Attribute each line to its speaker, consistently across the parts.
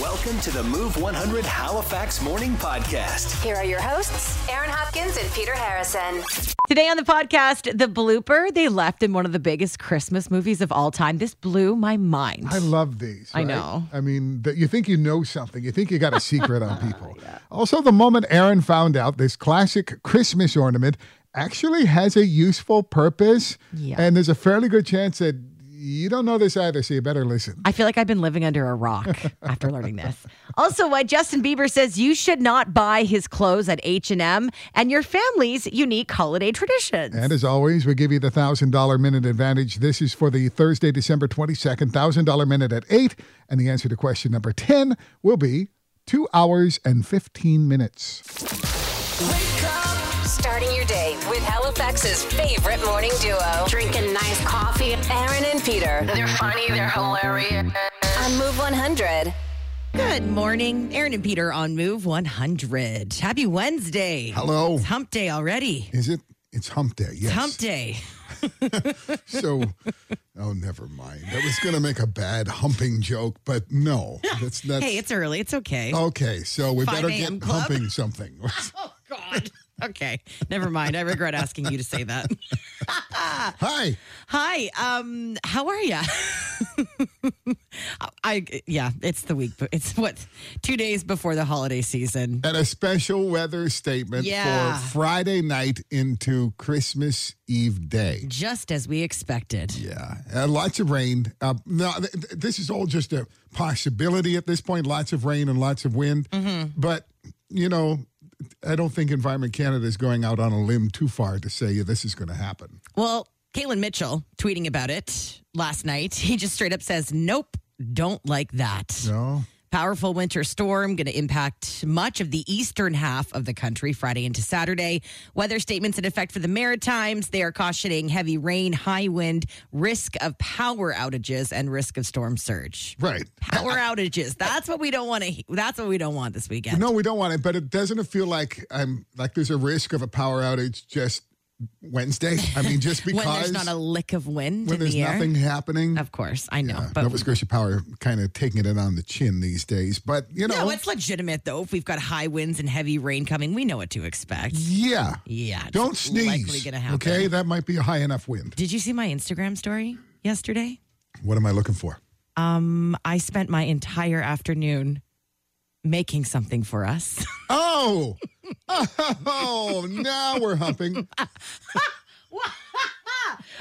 Speaker 1: Welcome to the Move 100 Halifax Morning Podcast.
Speaker 2: Here are your hosts, Aaron Hopkins and Peter Harrison.
Speaker 3: Today on the podcast, the blooper they left in one of the biggest Christmas movies of all time. This blew my mind.
Speaker 4: I love these.
Speaker 3: I
Speaker 4: right?
Speaker 3: know. Oh,
Speaker 4: I mean, that you think you know something. You think you got a secret on people. Also, the moment Aaron found out this classic Christmas ornament actually has a useful purpose,
Speaker 3: Yeah.
Speaker 4: and there's a fairly good chance that you don't know this either, so you better listen.
Speaker 3: I feel like I've been living under a rock after learning this. Also, why Justin Bieber says you should not buy his clothes at H&M and your family's unique holiday traditions.
Speaker 4: And as always, we give you the $1,000 minute advantage. This is for the Thursday, December 22nd, $1,000 minute at 8. And the answer to question number 10 will be 2 hours and 15 minutes.
Speaker 2: Starting your day with Halifax's favorite morning duo. Drinking nice coffee. Aaron and Peter. They're funny, they're hilarious. On Move 100.
Speaker 3: Good morning, Aaron and Peter on Move 100. Happy Wednesday.
Speaker 4: Hello.
Speaker 3: It's hump day already.
Speaker 4: Is it? It's hump day. Yes.
Speaker 3: It's hump day.
Speaker 4: So, oh, never mind. I was going to make a bad humping joke, but no. That's, that's
Speaker 3: Hey, it's early. It's okay.
Speaker 4: okay. So we
Speaker 3: 5
Speaker 4: better
Speaker 3: a.m.
Speaker 4: get
Speaker 3: club?
Speaker 4: humping something.
Speaker 3: oh God. Okay. Never mind. I regret asking you to say that.
Speaker 4: Hi.
Speaker 3: Hi. Um. How are you? I yeah. It's the week. but It's what two days before the holiday season.
Speaker 4: And a special weather statement
Speaker 3: Yeah.
Speaker 4: for Friday night into Christmas Eve day.
Speaker 3: Just as we expected.
Speaker 4: Yeah, uh, lots of rain. Uh, no, th- th- this is all just a possibility at this point. Lots of rain and lots of wind.
Speaker 3: Mm-hmm.
Speaker 4: But you know, I don't think Environment Canada is going out on a limb too far to say yeah, this is going to happen.
Speaker 3: Well, Caitlin Mitchell tweeting about it last night. He just straight up says, "Nope, don't like that."
Speaker 4: No,
Speaker 3: Powerful winter storm going to impact much of the eastern half of the country Friday into Saturday. Weather statements in effect for the Maritimes. They are cautioning heavy rain, high wind, risk of power outages, and risk of storm surge.
Speaker 4: right?
Speaker 3: Power outages. That's what we don't want to. That's what we don't want this weekend.
Speaker 4: No, we don't want it. But it doesn't it feel like I'm like there's a risk of a power outage just Wednesday? I mean, just because
Speaker 3: when there's not a lick of wind
Speaker 4: when
Speaker 3: in
Speaker 4: there's
Speaker 3: the air.
Speaker 4: nothing happening.
Speaker 3: of course, I know, but.
Speaker 4: Nova Scotia Power kind of taking it on the chin these days, but you know,
Speaker 3: No, it's legitimate though. If we've got high winds and heavy rain coming, we know what to expect.
Speaker 4: yeah,
Speaker 3: Yeah, it's
Speaker 4: Don't
Speaker 3: Likely
Speaker 4: sneeze.
Speaker 3: gonna happen.
Speaker 4: Okay, that might be a high enough wind.
Speaker 3: Did you see my Instagram story yesterday?
Speaker 4: What am I looking for?
Speaker 3: I spent my entire afternoon making something for us.
Speaker 4: Oh, oh, now we're humping.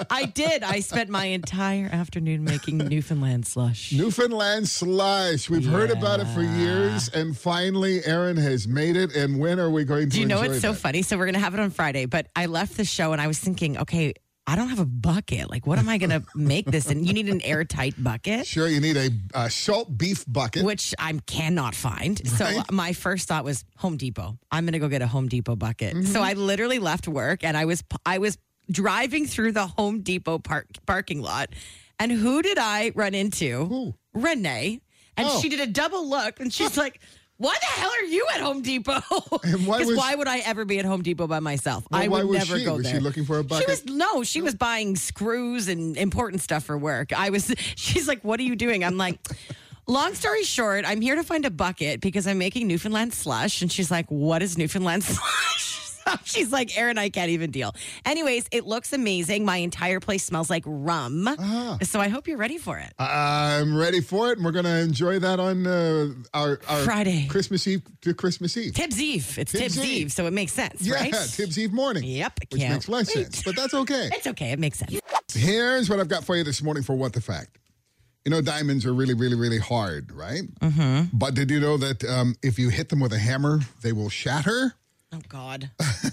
Speaker 3: I did. I spent my entire afternoon making Newfoundland slush.
Speaker 4: Newfoundland slush. We've heard about it for years, and finally, Aaron has made it. And when are we going to?
Speaker 3: Do you know
Speaker 4: enjoy
Speaker 3: it's so
Speaker 4: that?
Speaker 3: funny? So we're gonna have it on Friday, but I left the show and I was thinking, okay, I don't have a bucket. Like, what am I gonna make this? And you need an airtight bucket.
Speaker 4: Sure, you need a uh, salt beef bucket.
Speaker 3: Which I cannot find. So
Speaker 4: Right.
Speaker 3: my first thought was Home Depot. I'm going to go get a Home Depot bucket.
Speaker 4: Mm-hmm.
Speaker 3: So I literally left work and I was I was driving through the Home Depot park parking lot, and who did I run into? Renee, and
Speaker 4: Oh.
Speaker 3: she did a double look, and she's like. Why the hell are you at Home Depot?
Speaker 4: And why
Speaker 3: Because
Speaker 4: was-
Speaker 3: why would I ever be at Home Depot by myself?
Speaker 4: Well,
Speaker 3: I
Speaker 4: why
Speaker 3: would
Speaker 4: was
Speaker 3: never
Speaker 4: she?
Speaker 3: go
Speaker 4: Was she
Speaker 3: there.
Speaker 4: looking for a bucket?
Speaker 3: She was no, she was buying screws and important stuff for work. I was she's like, What are you doing? I'm like, long story short, I'm here to find a bucket because I'm making Newfoundland slush. And she's like, What is Newfoundland slush? So She's like, Aaron, I can't even deal. Anyways, it looks amazing. My entire place smells like rum.
Speaker 4: Ah.
Speaker 3: So I hope you're ready for it.
Speaker 4: Uh, I'm ready for it, and we're going to enjoy that on uh, our, our
Speaker 3: Friday.
Speaker 4: Christmas Eve to Christmas Eve.
Speaker 3: Tibbs Eve. It's
Speaker 4: Tibbs
Speaker 3: Tibbs,
Speaker 4: Eve.
Speaker 3: Eve. so it makes sense,
Speaker 4: yeah,
Speaker 3: right?
Speaker 4: Tibbs Eve morning.
Speaker 3: Yep,
Speaker 4: which
Speaker 3: can't
Speaker 4: makes less
Speaker 3: wait.
Speaker 4: sense, but that's okay.
Speaker 3: It's okay. It makes sense.
Speaker 4: Here's what I've got for you this morning for What the Fact. You know, diamonds are really, really, really hard, right? Mm-hmm. But did you know that um, if you hit them with a hammer, they will shatter?
Speaker 3: Oh, God.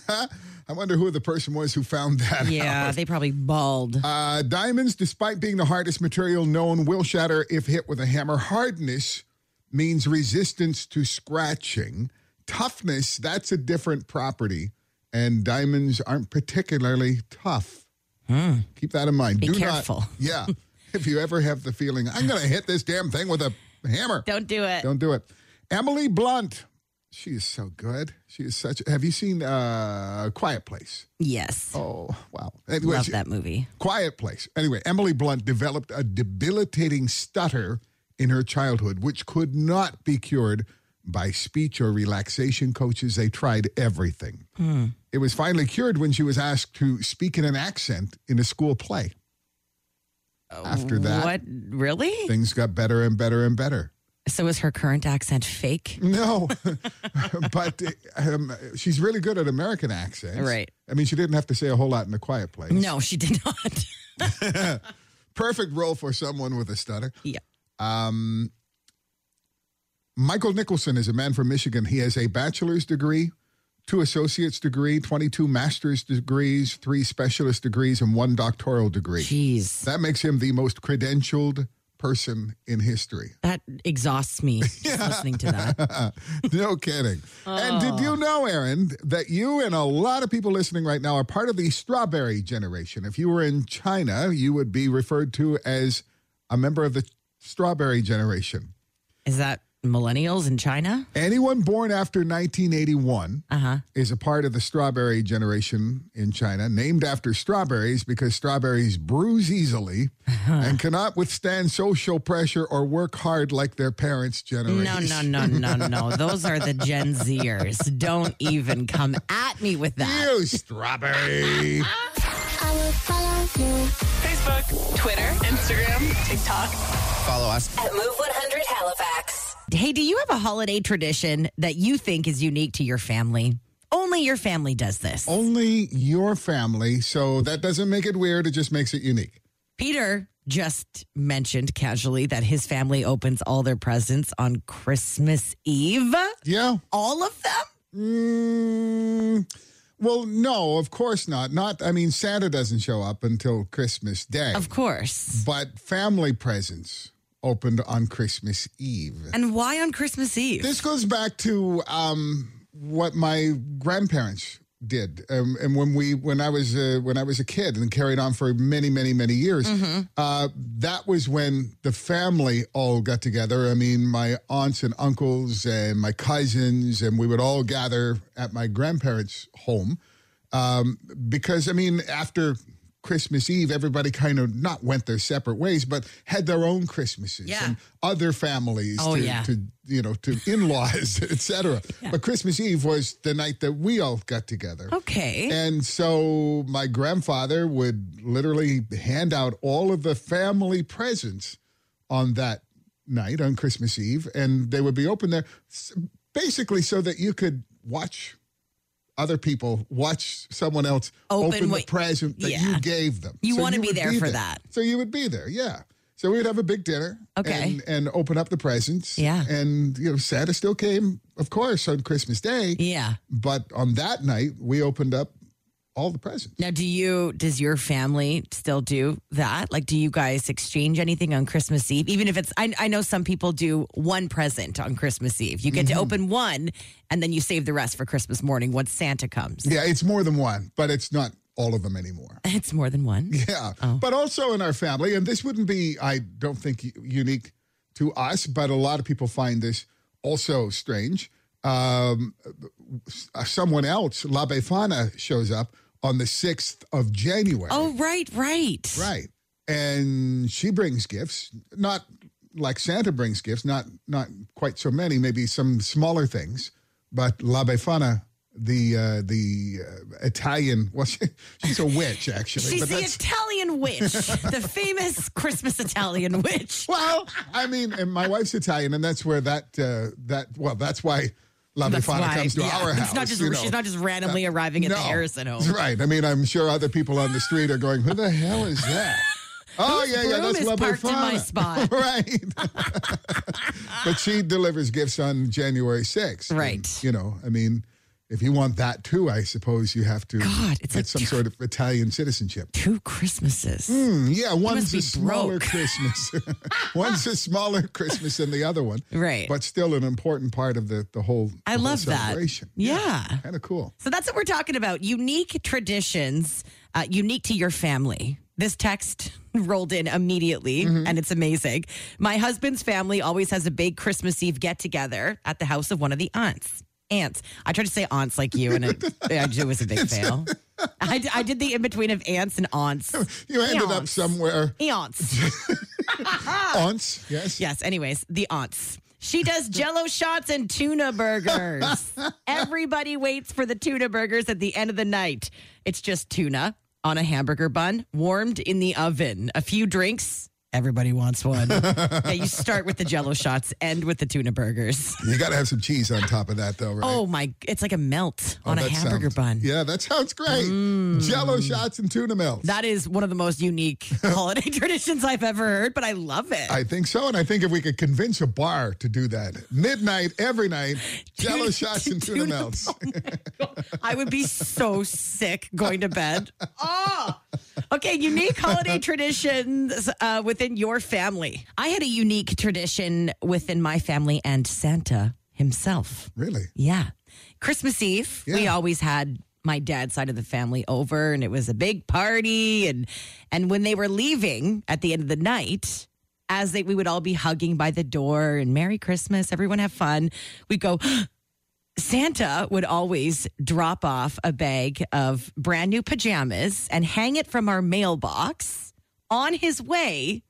Speaker 4: I wonder who the person was who found that. out.
Speaker 3: Yeah, they probably bald.
Speaker 4: Uh, diamonds, despite being the hardest material known, will shatter if hit with a hammer. Hardness means resistance to scratching. Toughness, that's a different property. And diamonds aren't particularly tough. Keep that in mind.
Speaker 3: Hmm. Be
Speaker 4: Do not-
Speaker 3: careful.
Speaker 4: yeah. If you ever have the feeling, I'm going to hit this damn thing with a hammer,
Speaker 3: Don't do it.
Speaker 4: don't do it. Emily Blunt. She is so good. She is such. Have you seen uh, Quiet Place?
Speaker 3: Yes.
Speaker 4: Oh, wow. Anyway,
Speaker 3: Love
Speaker 4: she-
Speaker 3: that movie.
Speaker 4: Quiet Place. Anyway, Emily Blunt developed a debilitating stutter in her childhood, which could not be cured by speech or relaxation coaches. They tried everything.
Speaker 3: Hmm.
Speaker 4: It was finally cured when she was asked to speak in an accent in a school play. After that,
Speaker 3: Oh, What? Really?
Speaker 4: things got better and better and better.
Speaker 3: So is her current accent fake?
Speaker 4: No, but um, she's really good at American accents.
Speaker 3: Right.
Speaker 4: I mean, she didn't have to say a whole lot in a quiet place.
Speaker 3: No, she did not.
Speaker 4: Perfect role for someone with a stutter.
Speaker 3: yeah.
Speaker 4: Michael Nicholson is a man from Michigan. He has a bachelor's degree, two associate's degree, 22 master's degrees, three specialist degrees, and one doctoral degree.
Speaker 3: Jeez.
Speaker 4: That makes him the most credentialed person in history.
Speaker 3: That exhausts me just listening to that.
Speaker 4: No kidding. And did you know, Aaron, that you and a lot of people listening right now are part of the strawberry generation? If you were in China, you would be referred to as a member of the strawberry generation.
Speaker 3: Is that millennials in China?
Speaker 4: Anyone born after 1981
Speaker 3: Uh-huh.
Speaker 4: is a part of the strawberry generation in China, named after strawberries because strawberries bruise easily
Speaker 3: Uh-huh.
Speaker 4: and cannot withstand social pressure or work hard like their parents' generation.
Speaker 3: No, no, no, no, no. Those are the Gen Zers. Don't even come at me with that.
Speaker 4: You strawberry.
Speaker 5: I will follow you.
Speaker 6: Facebook, Twitter, Instagram, TikTok.
Speaker 7: Follow us.
Speaker 2: At Move 100 Halifax.
Speaker 3: Hey, do you have a holiday tradition that you think is unique to your family? Only your family does this.
Speaker 4: Only your family, so that doesn't make it weird, it just makes it unique.
Speaker 3: Peter just mentioned casually that his family opens all their presents on Christmas Eve.
Speaker 4: Yeah.
Speaker 3: All of them?
Speaker 4: Mm, well, no, of course not. Not I mean Santa doesn't show up until Christmas Day.
Speaker 3: Of course.
Speaker 4: but family presents opened on Christmas Eve.
Speaker 3: And why on Christmas Eve?
Speaker 4: This goes back to um, what my grandparents did, um, and when we when I was uh, when I was a kid, and carried on for many, many, many years.
Speaker 3: Mm-hmm.
Speaker 4: Uh, that was when the family all got together. I mean, my aunts and uncles and my cousins, and we would all gather at my grandparents' home um, because I mean, after Christmas Eve, everybody kind of not went their separate ways, but had their own Christmases
Speaker 3: Yeah.
Speaker 4: and other families
Speaker 3: Oh,
Speaker 4: to,
Speaker 3: yeah.
Speaker 4: to you know to in-laws, etc. But Christmas Eve was the night that we all got together.
Speaker 3: Okay.
Speaker 4: And so my grandfather would literally hand out all of the family presents on that night on Christmas Eve, and they would be open there s- basically so that you could watch other people watch someone else
Speaker 3: Open
Speaker 4: open, the
Speaker 3: what-
Speaker 4: present that
Speaker 3: Yeah.
Speaker 4: you gave them.
Speaker 3: You wanna be
Speaker 4: would
Speaker 3: there for that.
Speaker 4: So you would be there, yeah. So we would have a big dinner,
Speaker 3: Okay.
Speaker 4: and, and open up the presents,
Speaker 3: Yeah.
Speaker 4: And you know, Santa still came, of course, on Christmas Day,
Speaker 3: yeah.
Speaker 4: but on that night, we opened up all the presents.
Speaker 3: Now, do you, does your family still do that? Like, do you guys exchange anything on Christmas Eve? Even if it's, I, I know some people do one present on Christmas Eve. You get to
Speaker 4: Mm-hmm.
Speaker 3: open one and then you save the rest for Christmas morning once Santa comes.
Speaker 4: Yeah, it's more than one, but it's not all of them anymore.
Speaker 3: It's more than one.
Speaker 4: Yeah. But also in our family, and this wouldn't be, I don't think, u- unique to us, but a lot of people find this also strange. Um, s- uh, someone else, La Befana, shows up on the 6th of January.
Speaker 3: Oh, right, right.
Speaker 4: Right. And she brings gifts, not like Santa brings gifts, not not quite so many, maybe some smaller things, but La Befana, the uh, the uh, Italian, well, she, she's a witch actually.
Speaker 3: She's
Speaker 4: but
Speaker 3: the
Speaker 4: that's-
Speaker 3: Italian witch, the famous Christmas Italian witch.
Speaker 4: well, I mean, and my wife's Italian, and that's where that uh, that well, that's why La
Speaker 3: That's
Speaker 4: Befana
Speaker 3: why,
Speaker 4: comes to
Speaker 3: yeah.
Speaker 4: our
Speaker 3: It's
Speaker 4: house.
Speaker 3: not just-
Speaker 4: you know.
Speaker 3: she's not just randomly arriving at the Harrison home.
Speaker 4: That's Right. I mean, I'm sure other people on the street are going, "Who the hell is that?" Oh yeah, yeah,
Speaker 3: broom
Speaker 4: that's
Speaker 3: is
Speaker 4: La
Speaker 3: parked in my
Speaker 4: Befana.
Speaker 3: spot?
Speaker 4: right. but she delivers gifts on January 6th. And,
Speaker 3: Right.
Speaker 4: you know, I mean, if you want that too, I suppose you have to
Speaker 3: God, it's
Speaker 4: get
Speaker 3: like-
Speaker 4: some sort of Italian citizenship. Hmm,
Speaker 3: Two Christmases.
Speaker 4: Yeah, one's
Speaker 3: be
Speaker 4: a smaller
Speaker 3: broke.
Speaker 4: Christmas. one's a smaller Christmas than the other one.
Speaker 3: Right.
Speaker 4: But still an important part of the, the whole
Speaker 3: I
Speaker 4: the whole
Speaker 3: love that.
Speaker 4: celebration.
Speaker 3: Yeah.
Speaker 4: Kind of cool.
Speaker 3: So that's what we're talking about. Unique traditions, uh, unique to your family. This text rolled in immediately,
Speaker 4: Mm-hmm.
Speaker 3: and it's amazing. My husband's family always has a big Christmas Eve get together at the house of one of the aunts. Aunts. I tried to say aunts like you, and it, it was a big fail. I, d- I did the in between of ants and aunts.
Speaker 4: You ended up
Speaker 3: Eons.
Speaker 4: somewhere.
Speaker 3: Aunts.
Speaker 4: Aunts, yes.
Speaker 3: Yes. Anyways, the aunts. She does jello shots and tuna burgers. Everybody waits for the tuna burgers at the end of the night. It's just tuna on a hamburger bun, warmed in the oven, a few drinks. Everybody wants one. yeah, you start with the jello shots, end with the tuna burgers.
Speaker 4: You got to have some cheese on top of that, though, right?
Speaker 3: Oh my, it's like a melt
Speaker 4: Oh,
Speaker 3: on a
Speaker 4: that
Speaker 3: hamburger
Speaker 4: sounds-
Speaker 3: bun. Mm.
Speaker 4: Yeah, that sounds great. Jello shots and tuna melts.
Speaker 3: That is one of the most unique holiday traditions I've ever heard, but I love it.
Speaker 4: I think so, and I think if we could convince a bar to do that, midnight every night, Jello
Speaker 3: Tuna-
Speaker 4: shots and tuna,
Speaker 3: tuna
Speaker 4: melts.
Speaker 3: oh I would be so sick going to bed. Oh, okay. Unique holiday traditions uh, within your family. I had a unique tradition within my family and Santa himself.
Speaker 4: really?
Speaker 3: Yeah. Christmas Eve, we
Speaker 4: Yeah.
Speaker 3: always had my dad's side of the family over and it was a big party and and when they were leaving at the end of the night as they we would all be hugging by the door and merry christmas everyone have fun we'd go Santa would always drop off a bag of brand new pajamas and hang it from our mailbox on his way.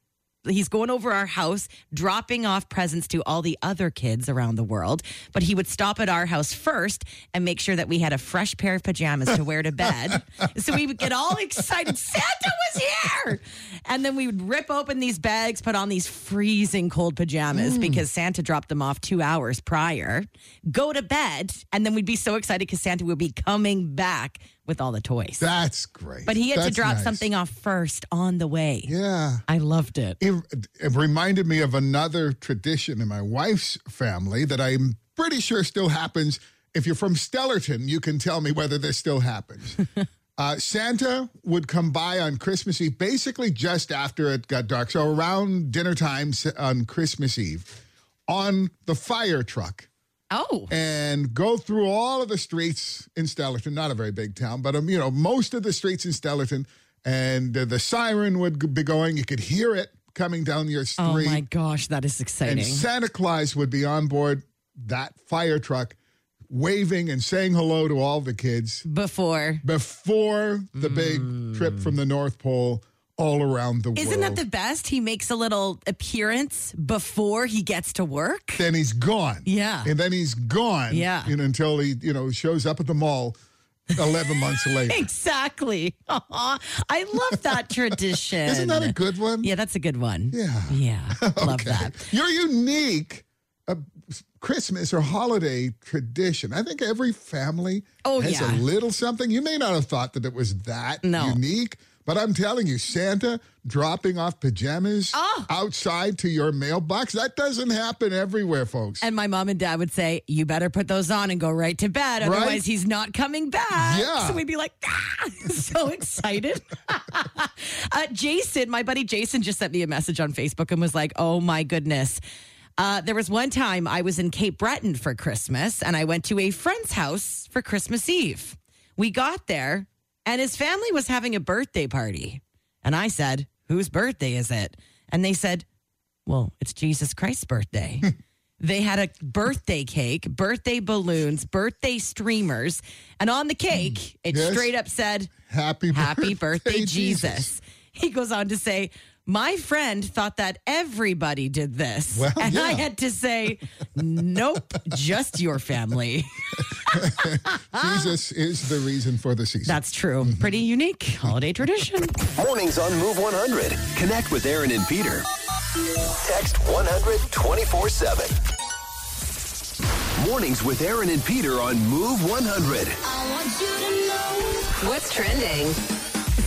Speaker 3: He's going over our house, dropping off presents to all the other kids around the world. But he would stop at our house first and make sure that we had a fresh pair of pajamas to wear to bed. so we would get all excited. Santa was here. And then we would rip open these bags, put on these freezing cold pajamas
Speaker 4: Mm.
Speaker 3: because Santa dropped them off two hours prior, go to bed, and then we'd be so excited because Santa would be coming back with all the toys.
Speaker 4: That's great.
Speaker 3: but he had to
Speaker 4: That's
Speaker 3: drop
Speaker 4: nice.
Speaker 3: something off first on the way.
Speaker 4: Yeah.
Speaker 3: I loved it.
Speaker 4: It, it reminded me of another tradition in my wife's family that I'm pretty sure still happens. If you're from Stellarton, you can tell me whether this still happens. uh, Santa would come by on Christmas Eve, basically just after it got dark. So around dinner time s- on Christmas Eve on the fire truck
Speaker 3: Oh,
Speaker 4: and go through all of the streets in Stellarton, not a very big town, but um, you know, most of the streets in Stellarton, and uh, the siren would g- be going. You could hear it coming down your
Speaker 3: oh
Speaker 4: street,
Speaker 3: my gosh, that is exciting.
Speaker 4: and Santa Claus would be on board that fire truck, waving and saying hello to all the kids
Speaker 3: Before.
Speaker 4: before the big trip from the North Pole all around the
Speaker 3: Isn't
Speaker 4: world.
Speaker 3: that the best? He makes a little appearance before he gets to work.
Speaker 4: then he's gone.
Speaker 3: Yeah.
Speaker 4: and then he's gone.
Speaker 3: Yeah.
Speaker 4: you know, until he you know shows up at the mall. 11 months later.
Speaker 3: Exactly. Aw, I love that tradition.
Speaker 4: Isn't that a good one?
Speaker 3: Yeah, that's a good one.
Speaker 4: Yeah.
Speaker 3: Yeah. Love
Speaker 4: Okay.
Speaker 3: that.
Speaker 4: Your unique uh, Christmas or holiday tradition. I think every family
Speaker 3: Oh,
Speaker 4: has
Speaker 3: yeah.
Speaker 4: a little something. You may not have thought that it was that
Speaker 3: No.
Speaker 4: unique, but I'm telling you, Santa dropping off pajamas
Speaker 3: Oh.
Speaker 4: outside to your mailbox, that doesn't happen everywhere, folks.
Speaker 3: And my mom and dad would say, You better put those on and go right to bed. Otherwise,
Speaker 4: Right?
Speaker 3: he's not coming back.
Speaker 4: Yeah.
Speaker 3: So we'd be like, ah, so excited. uh, Jason, my buddy Jason, just sent me a message on Facebook and was like, Oh my goodness. Uh, there was one time I was in Cape Breton for Christmas and I went to a friend's house for Christmas Eve. We got there and his family was having a birthday party. And I said, Whose birthday is it? And they said, well, it's Jesus Christ's birthday.
Speaker 4: Hmm.
Speaker 3: they had a birthday cake, birthday balloons, birthday streamers, and on the cake, it
Speaker 4: Hmm. Yes.
Speaker 3: straight up said,
Speaker 4: happy,
Speaker 3: Happy birthday, Jesus.
Speaker 4: Jesus.
Speaker 3: He goes on to say, My friend thought that everybody did this.
Speaker 4: Well,
Speaker 3: and I
Speaker 4: yeah.
Speaker 3: had to say, Nope, just your family.
Speaker 4: Jesus is the reason for the season.
Speaker 3: That's true. Pretty unique holiday tradition.
Speaker 1: Mornings on Move 100. Connect with Aaron and Peter. Text 100 24 7. Mornings with Aaron and Peter on Move 100.
Speaker 2: What's trending?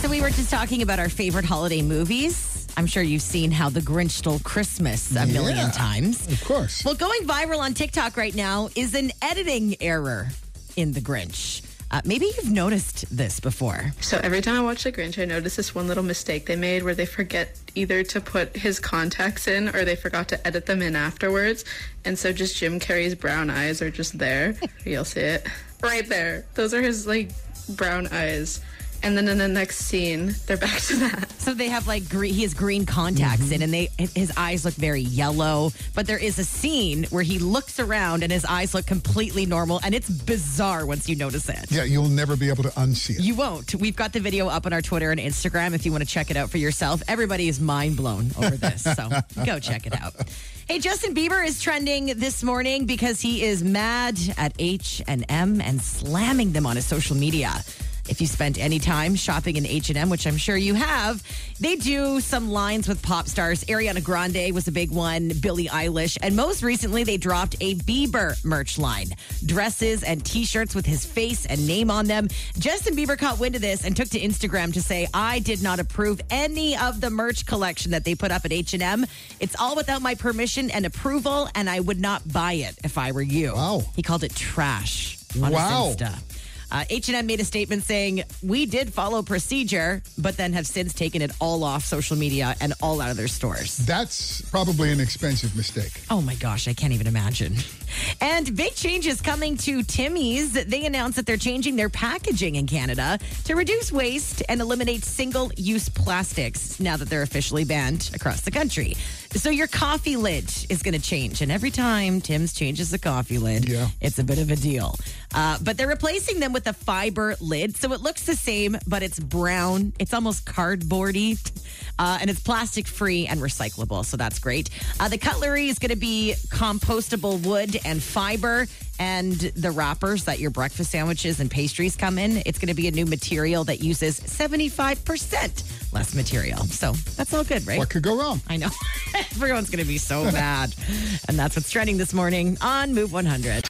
Speaker 3: So we were just talking about our favorite holiday movies. I'm sure you've seen how the Grinch stole Christmas a million
Speaker 4: Yeah.
Speaker 3: times.
Speaker 4: of course.
Speaker 3: Well, going viral on TikTok right now is an editing error in The Grinch. Uh, maybe you've noticed this before.
Speaker 7: So every time I watch The Grinch, I notice this one little mistake they made where they forget either to put his contacts in or they forgot to edit them in afterwards. And so just Jim Carrey's brown eyes are just there. You'll see it. Right there. Those are his like brown eyes. And then in the next scene, they're back to that.
Speaker 3: So they have like green, he has green contacts in, and they his eyes look very yellow. But there is a scene where he looks around and his eyes look completely normal, and it's bizarre once you notice it.
Speaker 4: Yeah, you'll never be able to unsee it.
Speaker 3: You won't. We've got the video up on our Twitter and Instagram if you want to check it out for yourself. Everybody is mind blown over this, so go check it out. Hey, Justin Bieber is trending this morning because he is mad at H and M and slamming them on his social media. If you spent any time shopping in H&M, which I'm sure you have, they do some lines with pop stars. Ariana Grande was a big one, Billie Eilish, and most recently they dropped a Bieber merch line. Dresses and t-shirts with his face and name on them. Justin Bieber caught wind of this and took to Instagram to say, "I did not approve any of the merch collection that they put up at H&M. It's all without my permission and approval, and I would not buy it if I were you."
Speaker 4: Wow.
Speaker 3: He called it trash on
Speaker 4: Wow.
Speaker 3: his Insta. Uh, H&M made a statement saying, we did follow procedure, but then have since taken it all off social media and all out of their stores.
Speaker 4: That's probably an expensive mistake.
Speaker 3: Oh my gosh, I can't even imagine. And big changes coming to Timmy's. They announced that they're changing their packaging in Canada to reduce waste and eliminate single use plastics now that they're officially banned across the country. So your coffee lid is going to change. And every time Tim's changes the coffee lid,
Speaker 4: Yeah.
Speaker 3: it's a bit of a deal. Uh, but they're replacing them with a fiber lid. So it looks the same, but it's brown. It's almost cardboardy. Uh, and it's plastic free and recyclable. So that's great. Uh, the cutlery is going to be compostable wood and fiber. And the wrappers that your breakfast sandwiches and pastries come in, it's going to be a new material that uses 75% less material. So that's all good, right?
Speaker 4: What could go wrong?
Speaker 3: I know. Everyone's going to be so mad. And that's what's trending this morning on Move 100.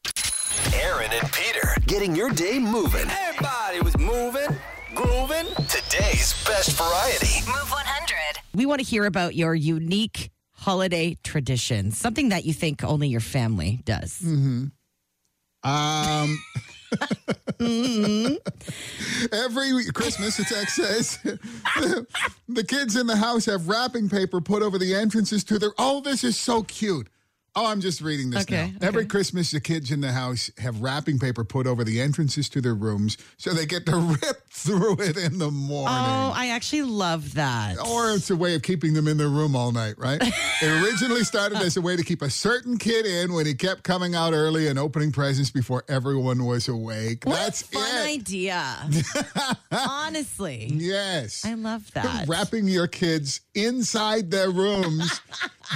Speaker 1: Aaron and Peter getting your day moving. Everybody was moving, grooving. Today's best variety.
Speaker 2: Move 100.
Speaker 3: We want to hear about your unique holiday tradition, something that you think only your family does.
Speaker 4: Mm-hmm. Um, every Christmas, the text says the kids in the house have wrapping paper put over the entrances to their. Oh, this is so cute. Oh, I'm just reading this
Speaker 3: Okay,
Speaker 4: now. Every Christmas, the kids in the house have wrapping paper put over the entrances to their rooms so they get to rip through it in the morning.
Speaker 3: Oh, I actually love that.
Speaker 4: Or it's a way of keeping them in their room all night, right? it originally started as a way to keep a certain kid in when he kept coming out early and opening presents before everyone was awake.
Speaker 3: What
Speaker 4: That's
Speaker 3: a fun
Speaker 4: it.
Speaker 3: idea. Honestly,
Speaker 4: Yes.
Speaker 3: I love that.
Speaker 4: Wrapping your kids inside their rooms.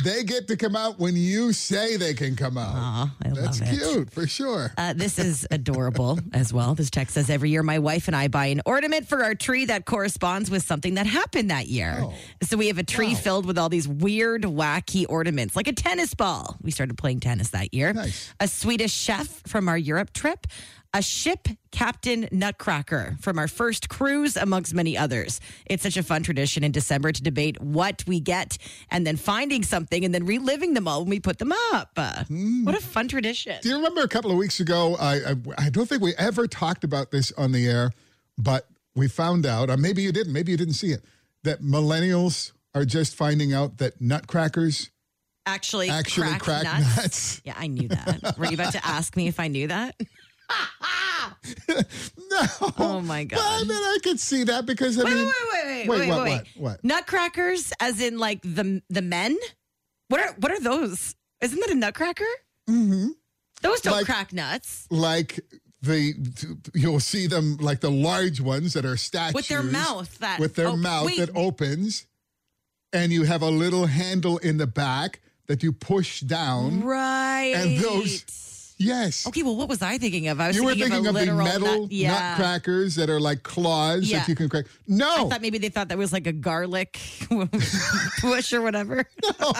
Speaker 4: they get to come out when you say they can come out.
Speaker 3: I
Speaker 4: That's
Speaker 3: love it.
Speaker 4: cute for sure.
Speaker 3: Uh, this is adorable as well. This text says every year my wife and I buy an ornament for our tree that corresponds with something that happened that year. So we have a tree filled with all these weird, wacky ornaments, like a tennis ball. We started playing tennis that year.
Speaker 4: Nice.
Speaker 3: A Swedish chef from our Europe trip. A ship captain nutcracker from our first cruise, amongst many others. It's such a fun tradition in December to debate what we get and then finding something and then reliving them all when we put them up. Uh, What a fun tradition.
Speaker 4: Do you remember a couple of weeks ago? I, I I don't think we ever talked about this on the air, but we found out, or maybe you didn't, maybe you didn't see it, that millennials are just finding out that nutcrackers
Speaker 3: actually
Speaker 4: actually
Speaker 3: crack,
Speaker 4: crack,
Speaker 3: nuts.
Speaker 4: nuts.
Speaker 3: Yeah, I knew that. Were you about to ask me if I knew that?
Speaker 4: No.
Speaker 3: Oh my
Speaker 4: Well, I
Speaker 3: god.
Speaker 4: mean, I could see that because I
Speaker 3: Wait,
Speaker 4: mean,
Speaker 3: wait, wait, wait, wait, wait,
Speaker 4: what,
Speaker 3: wait.
Speaker 4: what, what?
Speaker 3: Nutcrackers, as in like the the men. What are what are those? Isn't that a nutcracker? Mm-hmm. Those don't
Speaker 4: Like-
Speaker 3: crack nuts
Speaker 4: Like the you'll see them like the large ones that are statues
Speaker 3: with their mouth. That
Speaker 4: with their
Speaker 3: oh,
Speaker 4: mouth
Speaker 3: wait,
Speaker 4: that opens, and you have a little handle in the back that you push down.
Speaker 3: right.
Speaker 4: and those- Yes.
Speaker 3: Mm-hmm. Okay, well, what was I thinking of? I was
Speaker 4: You were
Speaker 3: thinking,
Speaker 4: thinking
Speaker 3: of
Speaker 4: of
Speaker 3: a
Speaker 4: the
Speaker 3: literal
Speaker 4: metal
Speaker 3: nut. Yeah.
Speaker 4: nutcrackers that are like claws
Speaker 3: Yeah.
Speaker 4: that you can crack.
Speaker 3: I
Speaker 4: No,
Speaker 3: thought maybe they thought that was like a garlic push or whatever.
Speaker 4: no.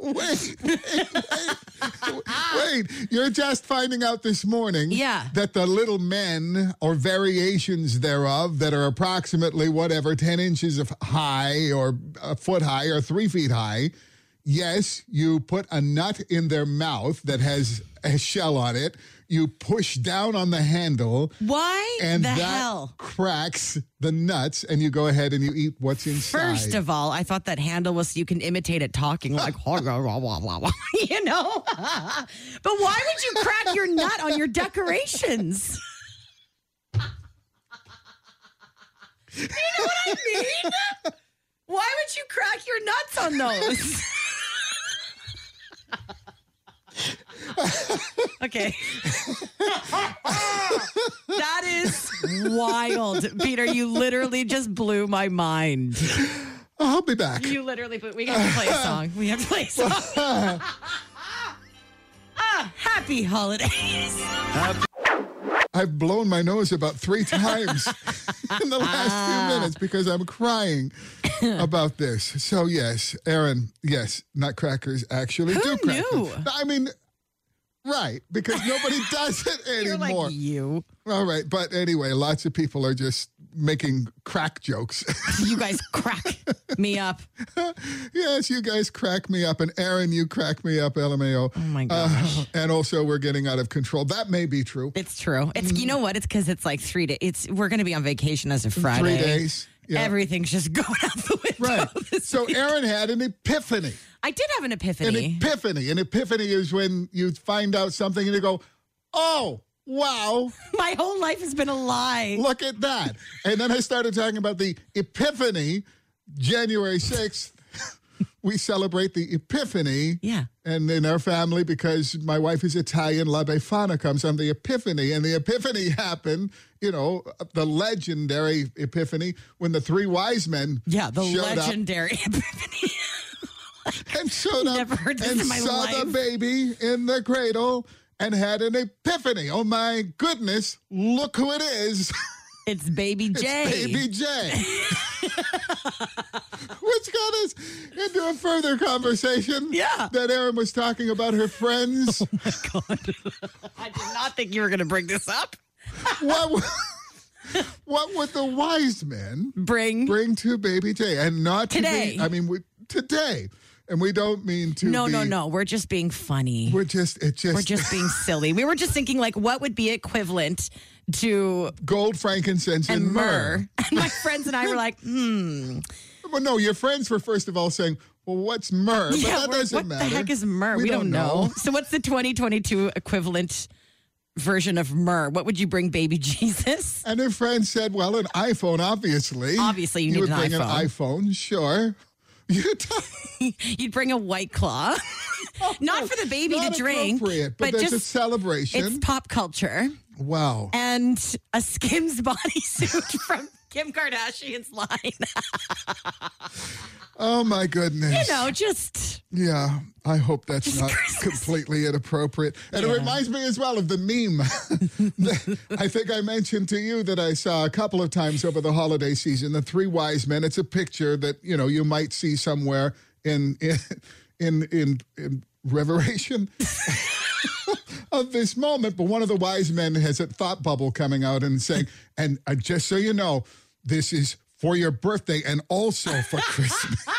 Speaker 4: wait, wait, wait, wait. You're just finding out this morning
Speaker 3: Yeah.
Speaker 4: that the little men or variations thereof that are approximately whatever, 10 inches of high or a foot high or three feet high. Yes, you put a nut in their mouth that has a shell on it. You push down on the handle.
Speaker 3: Why
Speaker 4: and
Speaker 3: the
Speaker 4: that
Speaker 3: hell?
Speaker 4: cracks the nuts, and you go ahead and you eat what's inside.
Speaker 3: First of all, I thought that handle was you can imitate it talking like "Wah, wah, wah, wah, wah, wah," you know. but why would you crack your nut on your decorations? mean? Why would you crack your nuts on those? okay. that is wild. Peter, you literally just blew my mind.
Speaker 4: I'll be back.
Speaker 3: You literally, but we have to play a song. We have to play a song. ah, happy holidays.
Speaker 4: I've blown my nose about three times in the
Speaker 3: Ah.
Speaker 4: last few minutes because I'm crying about this. So yes, Aaron, yes, nutcrackers actually
Speaker 3: Who
Speaker 4: do crack.
Speaker 3: knew?
Speaker 4: them. I mean, right? Because nobody does it
Speaker 3: You're like
Speaker 4: anymore.
Speaker 3: you.
Speaker 4: All right, but anyway, lots of people are just making crack jokes.
Speaker 3: You guys crack me up.
Speaker 4: yes, you guys crack me up, and Aaron, you crack me up, LMAO. Oh
Speaker 3: my gosh.
Speaker 4: and also, we're getting out of control. That may be true.
Speaker 3: It's true. It's you know what? It's because it's like three days. It's we're going to be on vacation as of Friday.
Speaker 4: Three days. Yeah.
Speaker 3: Everything's just going out the window.
Speaker 4: Right. So Aaron had an epiphany.
Speaker 3: I did have an
Speaker 4: An
Speaker 3: epiphany.
Speaker 4: epiphany. An epiphany is when you find out something and you go, oh, wow,
Speaker 3: My whole life has been a lie.
Speaker 4: look at that. And then I started talking about the epiphany, January 6th. we celebrate the epiphany.
Speaker 3: Yeah.
Speaker 4: And in our family, because my wife is Italian, La Befana comes on the Epiphany. And the Epiphany happened, you know, the legendary Epiphany when the three wise men
Speaker 3: Yeah, the
Speaker 4: showed up.
Speaker 3: legendary epiphany.
Speaker 4: and showed up
Speaker 3: Never heard this
Speaker 4: and
Speaker 3: in my
Speaker 4: saw the
Speaker 3: life.
Speaker 4: baby in the cradle and had an epiphany. Oh my goodness, look who it is.
Speaker 3: It's Baby J.
Speaker 4: Baby J. Which got us into a further conversation
Speaker 3: Yeah. Oh,
Speaker 4: that Erin was talking about her friends.
Speaker 3: I did not think you were going to bring this up.
Speaker 4: what, would- what would the wise men
Speaker 3: Bring.
Speaker 4: bring to Baby J? And not to
Speaker 3: Mm-hmm.
Speaker 4: be-
Speaker 3: Today.
Speaker 4: I mean, we, today. And we don't mean to
Speaker 3: no,
Speaker 4: be-
Speaker 3: no, no. We're just being funny.
Speaker 4: We're just, it just,
Speaker 3: We're just being silly. We were just thinking, like, what would be equivalent to
Speaker 4: gold, frankincense, and,
Speaker 3: and
Speaker 4: myrrh.
Speaker 3: myrrh? And my friends and I were like, hmm.
Speaker 4: Well, no, your friends were first of all saying, "Well, what's myrrh?" But that
Speaker 3: we're-
Speaker 4: doesn't
Speaker 3: what
Speaker 4: matter.
Speaker 3: the heck is myrrh?
Speaker 4: We
Speaker 3: We,
Speaker 4: don't
Speaker 3: don't, know.
Speaker 4: know.
Speaker 3: So, what's the 2022 equivalent version of myrrh? What would you bring, baby Jesus?
Speaker 4: And her friend said, "Well, an iPhone, obviously.
Speaker 3: Obviously, you need
Speaker 4: would
Speaker 3: an
Speaker 4: bring an iPhone, sure." You t-
Speaker 3: You'd bring a white claw, not for the baby
Speaker 4: not
Speaker 3: to drink,
Speaker 4: appropriate, but, there's a
Speaker 3: it's
Speaker 4: celebration.
Speaker 3: pop culture
Speaker 4: wow.
Speaker 3: and a Skims bodysuit from Kim Kardashian's line.
Speaker 4: Oh my goodness.
Speaker 3: you know, just
Speaker 4: Yeah, I hope that's
Speaker 3: Just
Speaker 4: not
Speaker 3: Christmas.
Speaker 4: completely inappropriate. And it reminds me as well of the meme. that I think I mentioned to you that I saw a couple of times over the holiday season. The three wise men. It's a picture that you know you might see somewhere in in in in, in Reveration. Of this moment, but one of the wise men has a thought bubble coming out and saying, and uh, just so you know, this is for your birthday and also for Christmas.
Speaker 3: ah